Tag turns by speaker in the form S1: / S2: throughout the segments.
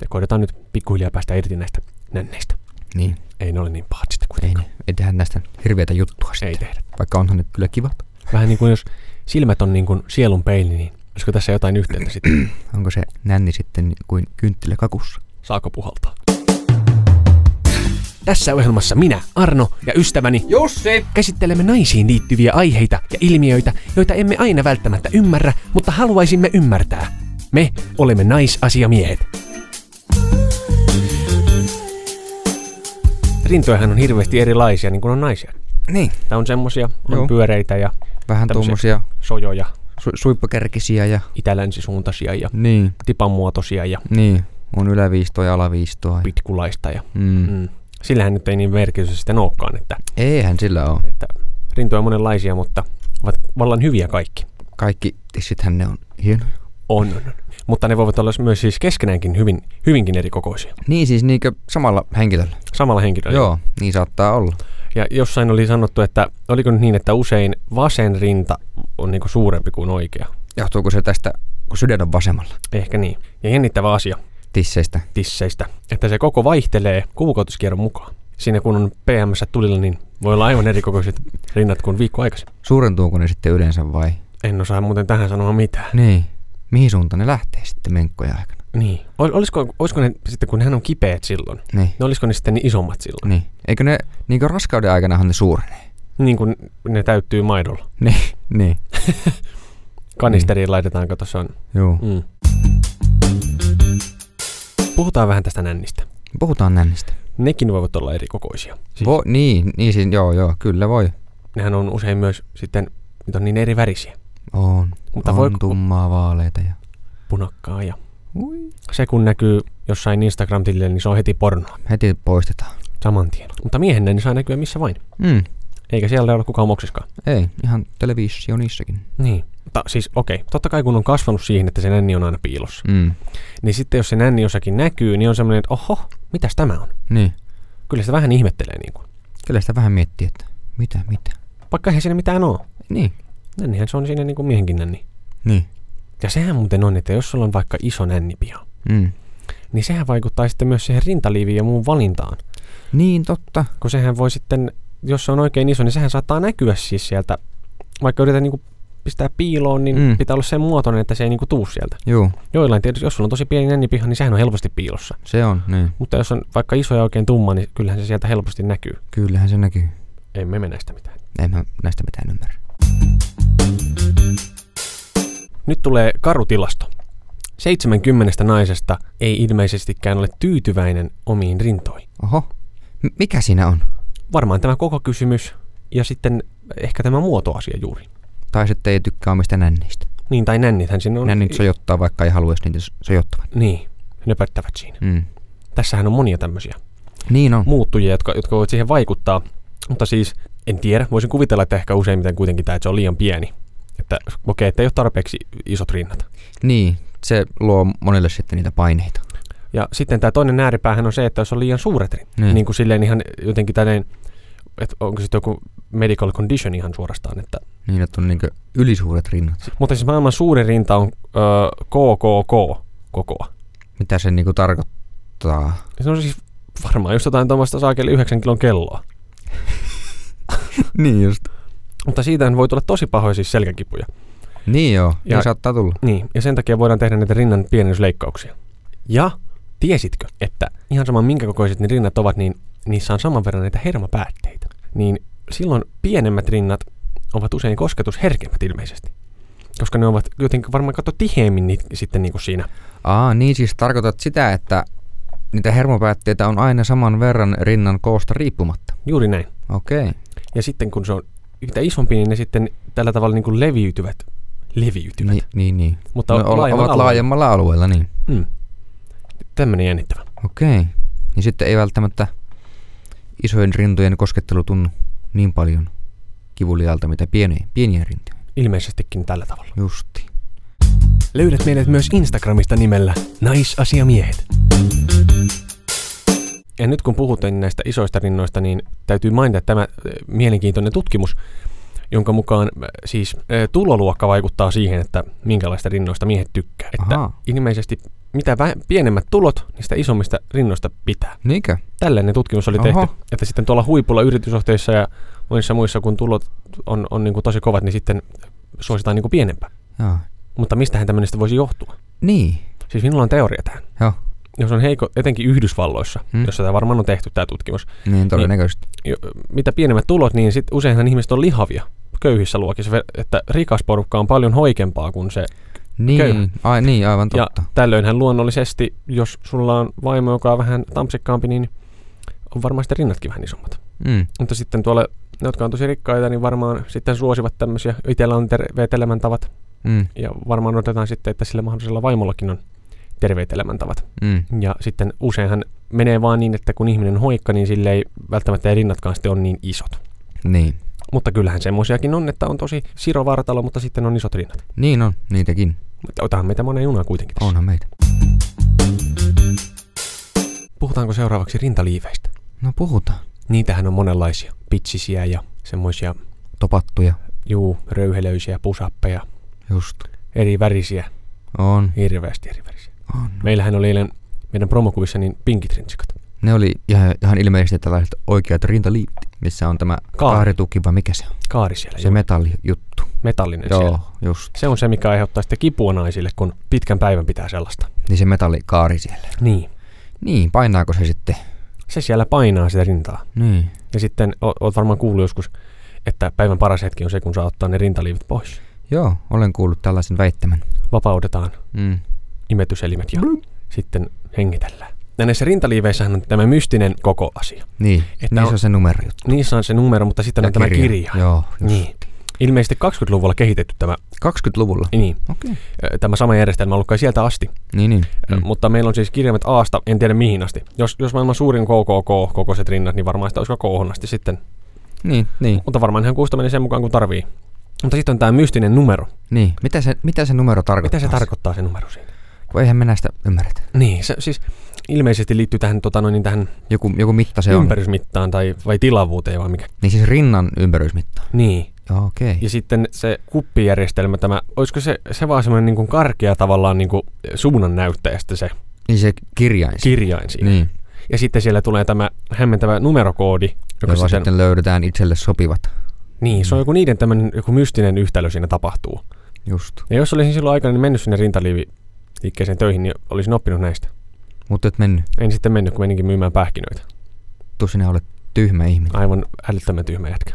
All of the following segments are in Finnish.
S1: Ja koitetaan nyt pikkuhiljaa päästä irti näistä nänneistä.
S2: Niin,
S1: Ei ne ole niin pahat sitten
S2: ei,
S1: kuitenkaan.
S2: ne, ei tehdä näistä hirveätä juttua sitten.
S1: Ei tehdä.
S2: Vaikka onhan ne kyllä kivat.
S1: Vähän niin kuin jos silmät on niin kuin sielun peili, niin olisiko tässä jotain yhteyttä sitten?
S2: Onko se nänni sitten kuin kynttilä kakussa?
S1: Saako puhaltaa? Tässä ohjelmassa minä, Arno ja ystäväni
S3: Jussi!
S1: käsittelemme naisiin liittyviä aiheita ja ilmiöitä, joita emme aina välttämättä ymmärrä, mutta haluaisimme ymmärtää. Me olemme naisasiamiehet. Rintojahan on hirveästi erilaisia, niin kuin on naisia.
S2: Niin,
S1: Tää on semmosia, on
S2: Joo.
S1: pyöreitä ja
S2: vähän
S1: Tämmösiä.
S2: tuommoisia
S1: sojoja,
S2: su- suippakärkisiä ja...
S1: itälänsisuuntaisia ja
S2: Niin,
S1: tipanmuotoisia ja
S2: niin. On yläviistoa ja alaviistoa. Ja.
S1: pitkulaista. Ja,
S2: Mm.
S1: mm. Sillähän nyt ei niin merkitystä sitten olekaan, että,
S2: Eihän sillä ole.
S1: että rintoja on monenlaisia, mutta ovat vallan hyviä kaikki.
S2: Kaikki tissithän ne on hienoja.
S1: On, on, on. Mutta ne voivat olla myös siis keskenäänkin hyvin, hyvinkin erikokoisia.
S2: Niin siis niinkö samalla henkilöllä?
S1: Samalla henkilöllä.
S2: Joo, niin saattaa olla.
S1: Ja jossain oli sanottu, että oliko nyt niin, että usein vasen rinta on niinku suurempi kuin oikea.
S2: Johtuuko se tästä, kun sydän on vasemmalla
S1: Ehkä niin. Ja jännittävä asia
S2: tisseistä?
S1: tisseistä, että se koko vaihtelee kuukautiskierron mukaan. Siinä kun on PMS tulilla, niin voi olla aivan erikokoiset rinnat kuin viikko aikaisemmin.
S2: Suurentuuko ne sitten yleensä vai?
S1: En osaa muuten tähän sanoa mitään.
S2: Niin. Mihin suuntaan ne lähtee sitten menkkojen aikana?
S1: Niin. Ol, olisiko, olisiko ne sitten, kun hän on kipeät silloin,
S2: Niin.
S1: ne olisiko ne sitten niin isommat silloin?
S2: Niin. Eikö ne, niinkö raskauden aikanahan ne suurenee?
S1: Niin kuin ne täyttyy maidolla.
S2: Niin. Niin.
S1: Kanisteriin laitetaan, kato se on
S2: Joo.
S1: Mm. Puhutaan vähän tästä nännistä.
S2: Puhutaan nännistä.
S1: Nekin voivat olla erikokoisia. Siis
S2: Vo, niin, niin siis, joo, joo, kyllä voi.
S1: nehän on usein myös sitten, niitä on niin eri värisiä.
S2: On.
S1: Mutta
S2: on
S1: voi-
S2: tummaa vaaleita ja...
S1: Punakkaa ja
S2: Ui.
S1: se kun näkyy jossain Instagram-tilille, niin se on heti pornoa
S2: Heti poistetaan.
S1: saman tien. Mutta miehen niin saa näkyä missä vain.
S2: Mm.
S1: Eikä siellä ole kukaan moksiskaan.
S2: Ei, ihan televisio niissäkin.
S1: Niin. Mutta siis okei, totta kai kun on kasvanut siihen, että se nänni on aina piilossa,
S2: Mm.
S1: niin sitten jos se nänni jossakin näkyy, niin on semmoinen, että oho, mitäs tämä on?
S2: Niin.
S1: Kyllä sitä vähän ihmettelee niin kuin.
S2: Kyllä sitä vähän miettii, että mitä, mitä.
S1: Vaikka eihän siinä mitään ole.
S2: Niin.
S1: Nännihän se on siinä niin kuin miehenkin nänni.
S2: Niin.
S1: Ja sehän muuten on, että jos sulla on vaikka iso nännipiha,
S2: Mm.
S1: niin sehän vaikuttaa sitten myös siihen rintaliiviin ja muun valintaan.
S2: Niin, totta.
S1: Kun sehän voi sitten, jos se on oikein iso, niin sehän saattaa näkyä siis sieltä. Vaikka yrität niinku pistää piiloon, niin mm.
S2: Mm.
S1: pitää olla sen muotoinen, että se ei niinku tuu sieltä.
S2: Joo,
S1: Joillain tietysti, jos sulla on tosi pieni nännipiha, niin sehän on helposti piilossa.
S2: se on, niin.
S1: Mutta jos on vaikka iso ja oikein tumma, niin kyllähän se sieltä helposti näkyy.
S2: Kyllähän se näkyy.
S1: Emme me näistä mitään.
S2: En mä näistä mitään ymmärrä.
S1: Nyt tulee karu tilasto. 70 naisesta ei ilmeisestikään ole tyytyväinen omiin rintoihin.
S2: Oho. M- mikä siinä on?
S1: varmaan tämä koko kysymys ja sitten ehkä tämä muotoasia juuri.
S2: Tai sitten ei tykkää omista nännistä.
S1: Niin, tai nännithän sinne on.
S2: No, Nännit sojottaa, vaikka ei haluaisi niitä s- sojottavan.
S1: Niin, nöpöttävät siinä.
S2: Mm.
S1: Tässähän on monia tämmöisiä
S2: Niin on.
S1: muuttujia, jotka, jotka voivat siihen vaikuttaa. Mutta siis, en tiedä, voisin kuvitella, että ehkä useimmiten kuitenkin tämä, että se on liian pieni. Että kokee, että ei ole tarpeeksi isot rinnat.
S2: Niin, se luo monelle sitten niitä paineita.
S1: Ja sitten tämä toinen ääripäähän on se, että jos on liian suuret rinnat.
S2: Niin.
S1: Niin kuin silleen ihan jotenkin tälleen, että onko sitten joku medical condition ihan suorastaan, että
S2: Niin, että on niinku ylisuuret rinnat.
S1: mutta siis maailman suurin rinta on öö, KKK kokoa.
S2: Mitä se niinku tarkoittaa?
S1: Se on siis varmaan just jotain tuommoista saakeli 9 kilon kelloa.
S2: niin just.
S1: Mutta siitä voi tulla tosi pahoja siis selkäkipuja.
S2: Niin joo,
S1: Ja-
S2: ja niin saattaa tulla.
S1: Niin, ja sen takia voidaan tehdä näitä rinnan pienennysleikkauksia. Ja tiesitkö, että ihan sama minkä kokoiset ne rinnat ovat, niin niissä on saman verran näitä hermopäätteitä. Niin silloin pienemmät rinnat ovat usein kosketusherkemmät ilmeisesti. Koska ne ovat jotenkin varmaan katso tiheemmin niitä sitten niinku siinä.
S2: Aa, niin siis tarkoitat sitä, että niitä hermopäätteitä on aina saman verran rinnan koosta riippumatta.
S1: Juuri näin.
S2: Okei.
S1: Ja sitten kun se on mitä isompi, niin ne sitten tällä tavalla niin kuin leviytyvät. Leviytyvät.
S2: Ni,
S1: Niin.
S2: niin, niin.
S1: Mutta
S2: No, o-
S1: laajemmalla
S2: ovat
S1: alueella.
S2: laajemmalla alueella, niin.
S1: Mm. Tämmöinen jännittävä.
S2: Okei. Niin sitten ei välttämättä isojen rintojen koskettelu tunnu niin paljon kivulialta, mitä pieni, pienien rintojen.
S1: Ilmeisestikin tällä tavalla.
S2: Justi.
S1: Löydät meidät myös Instagramista nimellä Naisasiamiehet. Ja nyt kun puhutaan näistä isoista rinnoista, niin täytyy mainita tämä eh, mielenkiintoinen äh, tutkimus, jonka mukaan äh, siis äh, tuloluokka vaikuttaa siihen, että minkälaista rinnoista miehet tykkää. Että
S2: Ahaa.
S1: ilmeisesti mitä vähe- pienemmät tulot, niistä isommista rinnoista pitää.
S2: Niinkö?
S1: Tällainen tutkimus oli
S2: Oho.
S1: tehty. Että sitten tuolla huipulla yritysohteissa ja monissa muissa, kun tulot on, on niin kuin tosi kovat, niin sitten suositaan niin kuin pienempää.
S2: Joo.
S1: Mutta mistähän tämmöistä voisi johtua?
S2: Niin.
S1: Siis minulla on teoria tähän.
S2: Joo.
S1: Jos on heikko, etenkin Yhdysvalloissa,
S2: Hmm.
S1: hmm. jossa tämä varmaan on tehty tämä tutkimus,
S2: Niin todennäköisesti. Niin.
S1: jo, mitä pienemmät tulot, niin sit useinhan ihmiset on lihavia köyhissä luokissa, ver- että rikas porukka on paljon hoikempaa kuin se. Köyhä.
S2: Niin, ai, niin, aivan
S1: Ja
S2: totta.
S1: tällöinhän luonnollisesti, jos sulla on vaimo, joka on vähän tampsikkaampi, niin on varmaan sitten rinnatkin vähän isommat.
S2: Mm.
S1: Mutta sitten tuolla, ne jotka on tosi rikkaita, niin varmaan sitten suosivat tämmöisiä, itsellä on terveet elämäntavat,
S2: Mm.
S1: ja varmaan odotetaan sitten, että sillä mahdollisella vaimollakin on terveet elämäntavat.
S2: Mm.
S1: Ja sitten useinhan menee vaan niin, että kun ihminen on hoikka, niin sille ei välttämättä ei rinnatkaan sitten ole niin isot.
S2: Niin.
S1: Mutta kyllähän semmoisiakin on, että on tosi sirovartalo, mutta sitten on isot rinnat.
S2: Niin on, niitäkin.
S1: Mutta otahan meitä monen junaan kuitenkin tässä.
S2: Onhan meitä.
S1: Puhutaanko seuraavaksi rintaliiveistä?
S2: No puhutaan.
S1: Niitähän on monenlaisia. Pitsisiä ja semmoisia,
S2: Topattuja.
S1: juu, röyhelöisiä, pusappeja,
S2: Just.
S1: eri värisiä,
S2: On.
S1: hirveästi eri värisiä.
S2: On.
S1: Meillähän oli eilen meidän promokuvissa niin pinkit rintsikat.
S2: Ne oli ihan, ihan ilmeisesti tällaiset oikeat rintaliivit, missä on tämä
S1: Kaari.
S2: kaarituki vai mikä se on?
S1: Kaari siellä,
S2: Se
S1: juu,
S2: metallijuttu.
S1: metallinen
S2: Joo,
S1: siellä.
S2: just.
S1: Se on se, mikä aiheuttaa sitten kipua naisille, kun pitkän päivän pitää sellaista.
S2: Niin se metallikaari siellä.
S1: Niin.
S2: Niin, painaako se sitten?
S1: Se siellä painaa sitä rintaa.
S2: Niin.
S1: Ja sitten o- oot varmaan kuullut joskus, että päivän paras hetki on se, kun saa ottaa ne rintaliivit pois.
S2: Joo, olen kuullut tällaisen väittämän.
S1: Vapaudetaan
S2: Mm.
S1: imetyselimet ja sitten hengitellään. Ja näissä rintaliiveissähän on tämä mystinen koko asia.
S2: Niin,
S1: Että
S2: niissä
S1: on-
S2: on se numerojuttu.
S1: Niissä on se numero, mutta sitten on tämä kirja. kirja.
S2: Joo, just.
S1: Niin. Ilmeisesti 20-luvulla kehitetty tämä,
S2: 20-luvulla.
S1: niin,
S2: Okei. Okay.
S1: ö, tämä sama järjestelmä on ollut kai sieltä asti.
S2: Niin, niin.
S1: Mm. Mutta meillä on siis kirjaimet Aasta, en tiedä mihin asti. Jos, jos maailman suurin KKK, kokoiset rinnat, niin varmaan sitä olisiko kohon asti sitten.
S2: Niin, niin,
S1: Mutta varmaan ihan kuusta menee sen mukaan, kun tarvii. Mutta sitten on tämä mystinen numero.
S2: niin. Mitä se, mitä se numero tarkoittaa?
S1: Mitä se tarkoittaa se numero siinä?
S2: Kun eihän mennä sitä ymmärretä.
S1: Niin, se siis ilmeisesti liittyy tähän, tota, noin, tähän
S2: Joku, joku mitta se on.
S1: ympärysmittaan tai vai tilavuuteen vai mikä.
S2: Niin siis rinnan ympärysmitta.
S1: Niin.
S2: Joo, Okei. Okay.
S1: Ja sitten se kuppijärjestelmä, tämä, olisiko se, se vaan semmoinen niin karkea tavallaan niin kuin suunnan näyttäjä sitten se
S2: Niin se kirjain. Ki-
S1: kirjain siinä.
S2: niin.
S1: Ja sitten siellä tulee tämä hämmentävä numerokoodi, joka
S2: Joka Mm.
S1: sitten,
S2: sitten löydetään itselle sopivat.
S1: niin, se on joku niiden tämmöinen joku mystinen yhtälö siinä tapahtuu.
S2: Just.
S1: Ja jos olisin silloin aikana mennyt sinne rintaliivi liikkeeseen töihin, niin olisin oppinut näistä.
S2: Mutta et mennyt.
S1: En sitten mennyt, kun meninkin myymään pähkinöitä.
S2: Tu sinä olet tyhmä ihminen.
S1: Aivan älyttömän tyhmä jätkä.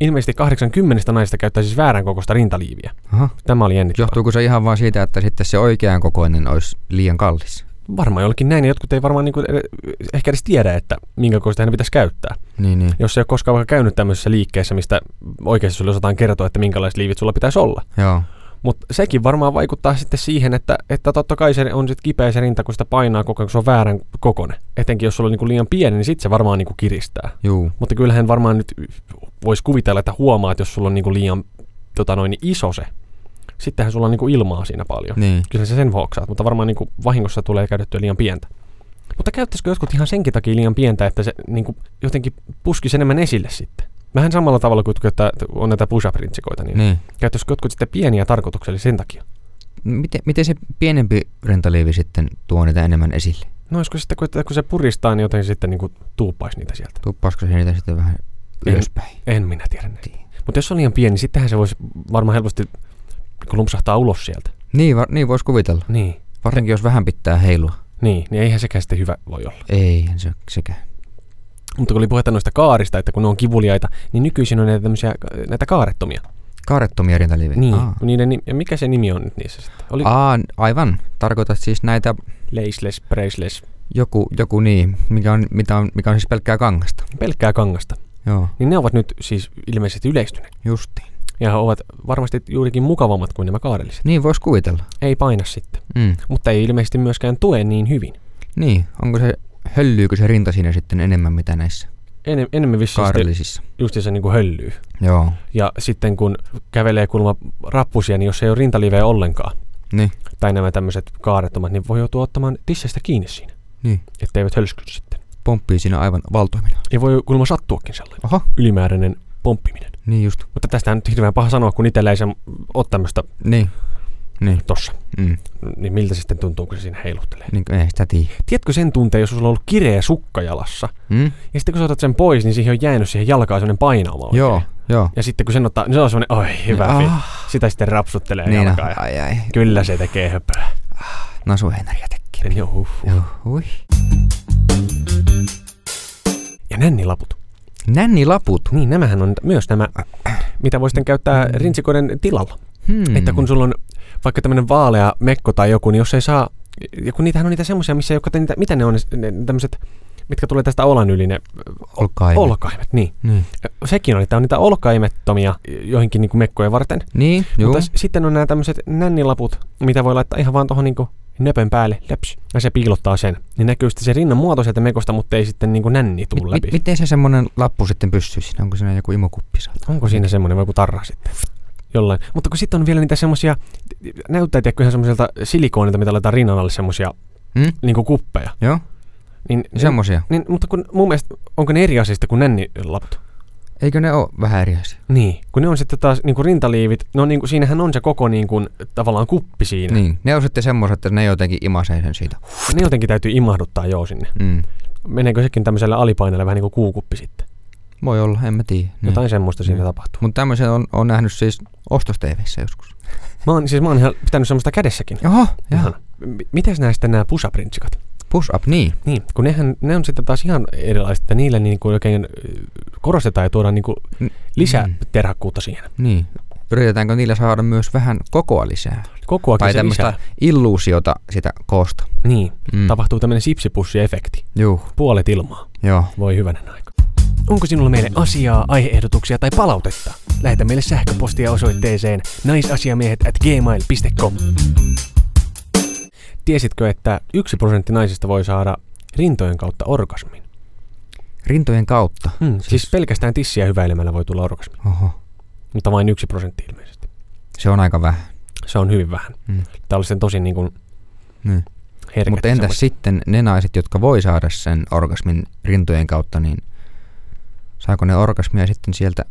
S1: Ilmeisesti 80 naista käyttää siis väärän kokoista rintaliiviä.
S2: Aha.
S1: Tämä oli jännittävää.
S2: Johtuuko se ihan vaan siitä, että sitten se oikean kokoinen olisi liian kallis?
S1: Varmaan jollekin näin, ja jotkut ei varmaan niinku, ed- ehkä edes tiedä, että minkä kokoista hän pitäisi käyttää.
S2: Niin, niin.
S1: Jos ei ole koskaan vaikka käynyt tämmöisessä liikkeessä, mistä oikeasti sulle osataan kertoa, että minkälaiset liivit sulla pitäisi olla.
S2: Joo.
S1: Mutta sekin varmaan vaikuttaa sitten siihen, että, että totta kai se on sitten kipeä se rinta, kun sitä painaa koko ajan, kun se on väärän kokone. Etenkin jos sulla on niinku liian pieni, niin sitten se varmaan niinku kiristää.
S2: Juu.
S1: Mutta kyllähän varmaan nyt voisi kuvitella, että huomaat, jos sulla on niinku liian tota noin, iso se. Sittenhän sulla on niinku ilmaa siinä paljon.
S2: Niin.
S1: Kyllä sä sen vuoksaat, mutta varmaan niinku vahingossa tulee käytettyä liian pientä. Mutta käyttäisikö jotkut ihan senkin takia liian pientä, että se niinku jotenkin puskisi enemmän esille sitten? Vähän samalla tavalla kuin että on näitä push up rintsikoita, niin, niin.
S2: Niin.
S1: käyttäisikö jotkut sitten pieniä tarkoituksella sen takia?
S2: Miten, miten se pienempi rintaliivi sitten tuo niitä enemmän esille?
S1: No olisiko sitten, kun, että kun se puristaa, niin jotenkin sitten niinku tuuppaisi niitä sieltä?
S2: Tuppasko se niitä sitten vähän
S1: En-
S2: ylöspäin?
S1: En minä tiedä näin.
S2: Tii.
S1: Mutta jos se on liian pieni, niin sittenhän se voisi varmaan helposti kun lumpsahtaa ulos sieltä.
S2: Niin, var, niin voisi kuvitella.
S1: Niin.
S2: Varsinkin jos vähän pitää heilua.
S1: Niin, niin eihän sekään sitten hyvä voi olla.
S2: Eihän se sekään.
S1: Mutta kun oli puhetta noista kaarista, että kun ne on kivuliaita, niin nykyisin on näitä, tämmöisiä, äh, näitä kaarettomia.
S2: Kaarettomia rintaliivejä.
S1: Niin.
S2: Aa.
S1: Kun niiden, nim- ja mikä se nimi on nyt niissä sitten? Oli ah.
S2: Aa, aivan. Tarkoitat siis näitä
S1: laceless, braceless,
S2: joku, joku niin, mikä on, mitä on, mikä on siis pelkkää kangasta.
S1: pelkkää kangasta.
S2: Joo,
S1: Niin ne ovat nyt siis ilmeisesti yleistyneet.
S2: justiin.
S1: Ja he ovat varmasti juurikin mukavammat kuin nämä kaarelliset.
S2: Niin voisi kuvitella.
S1: Ei paina sitten.
S2: Mm.
S1: Mutta ei ilmeisesti myöskään tue niin hyvin.
S2: Niin, onko se, höllyykö se rinta siinä sitten enemmän mitä näissä
S1: Siis Enem, enemmän vissiin sitten
S2: kaarellisissa?
S1: just se niin kuin höllyy.
S2: Joo,
S1: Ja sitten kun kävelee kulma rappusia, niin jos ei ole rintaliveä ollenkaan,
S2: niin,
S1: tai nämä tämmöiset kaarettomat, niin voi joutua ottamaan tissestä kiinni siinä,
S2: niin.
S1: etteivät hölsky sitten.
S2: pomppii siinä aivan valtoimena.
S1: Ja voi kuulemma sattuakin sellainen
S2: Oho,
S1: ylimääräinen pomppiminen.
S2: niin just.
S1: Mutta tästä on nyt hirveän paha sanoa, kun itsellä ei se ole tämmöistä
S2: Niin. Niin.
S1: tossa.
S2: Mm.
S1: Niin miltä se sitten tuntuu, kun se siinä heiluhtelee?
S2: niin ei sitä tiedä.
S1: Tiedätkö sen tunteen, jos sulla on ollut kireä sukka jalassa,
S2: Mm?
S1: ja sitten kun sä otat sen pois, niin siihen on jäänyt siihen jalkaan sellainen painauma oikein.
S2: Joo, joo.
S1: Ja sitten kun sen ottaa, niin se on semmoinen, oi hyvä
S2: Ah.
S1: ah. Sitä sitten rapsuttelee niin
S2: Niin,
S1: jalkaa. Ja,
S2: ai ai.
S1: kyllä se tekee höpöä.
S2: No sun Henriä tekee.
S1: Joo, huh, huh.
S2: Joo, ui.
S1: Ja nännilaput.
S2: Nännilaput.
S1: Niin, nämähän on myös nämä, mitä voi sitten käyttää
S2: Mm.
S1: rinsikoiden tilalla.
S2: Hmm.
S1: Mm. Että kun sulla on vaikka tämmöinen vaalea mekko tai joku, niin jos ei saa, ja kun niitähän on niitä semmoisia, missä ei ole, niitä, mitä ne on, ne, ne tämmöiset, mitkä tulee tästä olan yli, ne
S2: Olkaa Ol...
S1: olkaimet, niin.
S2: Niin.
S1: Sekin on, että on niitä olkaimettomia joihinkin niin kuin mekkojen varten.
S2: Niin, juu.
S1: Mutta s- sitten on nämä tämmöiset nännilaput, mitä voi laittaa ihan vaan tuohon niinku nöpön päälle, löps, ja se piilottaa sen. Niin näkyy sitten se rinnan muoto sieltä mekosta, mutta ei sitten niinku nänni tuu
S2: Mi-
S1: läpi.
S2: mi- miten se semmonen lappu sitten pystyy siinä? Onko siinä joku imokuppi saatu?
S1: Onko siinä semmoinen vai joku tarra sitten? Jollain. Mutta kun sitten on vielä niitä semmoisia, näyttää tiedätkö ihan semmoiselta silikoonilta, mitä laitetaan rinnan alle semmoisia
S2: Hmm?
S1: niinku kuppeja.
S2: Joo,
S1: Niin,
S2: niin semmosia.
S1: niin, mutta kun mun mielestä, onko ne eri asioista kuin nännilaput?
S2: Eikö ne oo vähän eri asia?
S1: Niin, kun ne on sitten taas niinku rintaliivit, no niinku, siinähän on se koko niinku, tavallaan kuppi siinä.
S2: Niin, ne on sitten semmoset, että ne jotenkin imasee sen siitä.
S1: Ne jotenkin täytyy imahduttaa joo sinne.
S2: Mm.
S1: meneekö sekin tämmöisellä alipaineella vähän niin kuin kuukuppi sitten.
S2: Voi olla, en mä tiedä.
S1: Mm. Jotain semmoista siinä
S2: Mm.
S1: tapahtuu.
S2: Mutta tämmöisen on, on nähnyt siis ostosteiveissä joskus.
S1: Mä oon, siis mä oon ihan pitänyt semmoista kädessäkin.
S2: Oho, jaha.
S1: Ihan. M- mitäs näistä sitten nämä pusaprintsikat?
S2: Push up, niin.
S1: Niin, kun nehän, ne on sitten taas ihan erilaiset, että niillä niin kuin oikein ö, korostetaan ja tuodaan niin kuin
S2: Mm.
S1: lisää
S2: Mm.
S1: terhakkuutta siihen.
S2: Niin. Yritetäänkö niillä saada myös vähän kokoa lisää?
S1: Koko ajan
S2: tai
S1: se
S2: tämmöistä
S1: lisää.
S2: illuusiota sitä koosta.
S1: Niin,
S2: Mm.
S1: mm. tapahtuu tämmöinen sipsipussi-efekti.
S2: Juu,
S1: Puolet ilmaa.
S2: joo.
S1: Voi hyvänen aika. Onko sinulla meille asiaa, aiheehdotuksia tai palautetta? Lähetä meille sähköpostia osoitteeseen naisasiamiehet at gmail.com. Tiesitkö, että yksi prosentti naisista voi saada rintojen kautta orgasmin?
S2: Rintojen kautta.
S1: Hmm, siis pelkästään tissiä hyväilemällä voi tulla orgasmi,
S2: Oho,
S1: mutta vain yksi prosentti ilmeisesti.
S2: se on aika vähän.
S1: Se on hyvin vähän.
S2: Mm.
S1: Tämä oli sen tosi niin kuin
S2: Niin.
S1: herkät.
S2: Mutta entäs
S1: semmoiset.
S2: sitten ne naiset, jotka voi saada sen orgasmin rintojen kautta, niin saako ne orgasmia sitten sieltä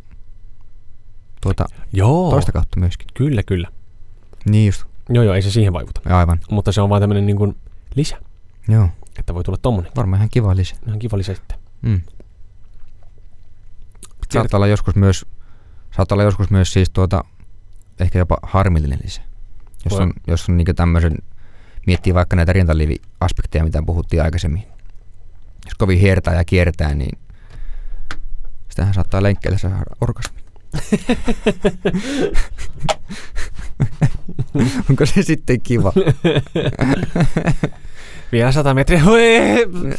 S2: tuota,
S1: Joo,
S2: toista kautta myöskin?
S1: kyllä, kyllä.
S2: Niin just,
S1: Joo, joo, ei se siihen vaikuta.
S2: aivan.
S1: Mutta se on vaan tämmöinen niin kuin lisä,
S2: Joo,
S1: että voi tulla tommonen.
S2: varmaan ihan kiva lisä.
S1: Ihan kiva lisä sitten.
S2: Mm. Saattaa olla joskus myös, saattaa olla joskus myös siis tuota, ehkä jopa harmillinen lisä. Jos
S1: Voi.
S2: on, jos on niinku tämmöisen, miettii vaikka näitä rintaliiviaspekteja, mitä puhuttiin aikaisemmin. Jos kovin hiertää ja kiertää, niin sitähän saattaa lenkkeillä saada orgasmi. Onko se sitten kiva?
S1: Vielä sata metriä. Hoi!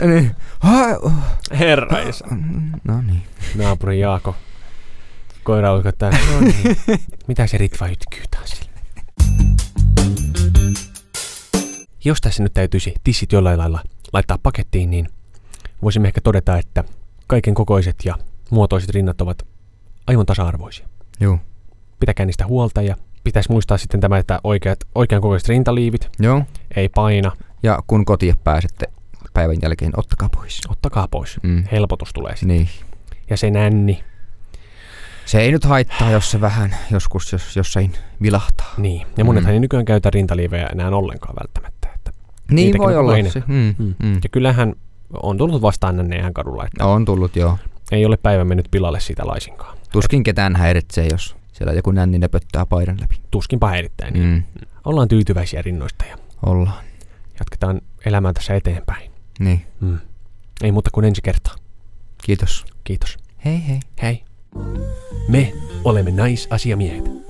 S2: Niin. Ha-
S1: Herra isä.
S2: no niin.
S1: Naapuri Jaako. Koira uikottaa. No niin. Mitä se ritva ytkyy taas sille? Jos tässä nyt täytyisi tissit jollain lailla laittaa pakettiin, niin voisimme ehkä todeta, että kaiken kokoiset ja muotoiset rinnat ovat aivan tasa-arvoisia.
S2: Joo.
S1: Pitäkää niistä huolta ja pitäisi muistaa sitten tämä, että oikeat, oikean kokoiset rintaliivit
S2: Joo.
S1: ei paina.
S2: Ja kun kotiin pääsette päivän jälkeen, ottakaa pois.
S1: Ottakaa pois.
S2: Mm.
S1: Helpotus tulee sitten.
S2: Niin.
S1: Ja se nänni.
S2: Se ei nyt haittaa, jos se vähän joskus jos, jossain vilahtaa.
S1: Niin. Ja monethan
S2: Mm.
S1: mm. ei nykyään käytä rintaliivejä enää ollenkaan välttämättä. Että
S2: Niin
S1: Niitäkin
S2: voi
S1: on
S2: olla.
S1: aina.
S2: Se, mm, mm.
S1: Mm. Ja kyllähän on tullut vastaan nänne ihan kadulla, että
S2: No, on tullut joo.
S1: ei ole päivä mennyt pilalle siitä laisinkaan.
S2: Tuskin ketään häiritsee, jos siellä joku nänni pöttää paidan läpi.
S1: Tuskinpa häirittäen. Mm.
S2: Mm,
S1: Ollaan tyytyväisiä rinnoista ja
S2: ollaan.
S1: jatketaan elämää tässä eteenpäin.
S2: Niin,
S1: Mm. Ei muuta kuin ensi kertaa.
S2: kiitos.
S1: Kiitos.
S2: Hei hei.
S1: Hei. Me olemme naisasiamiehet.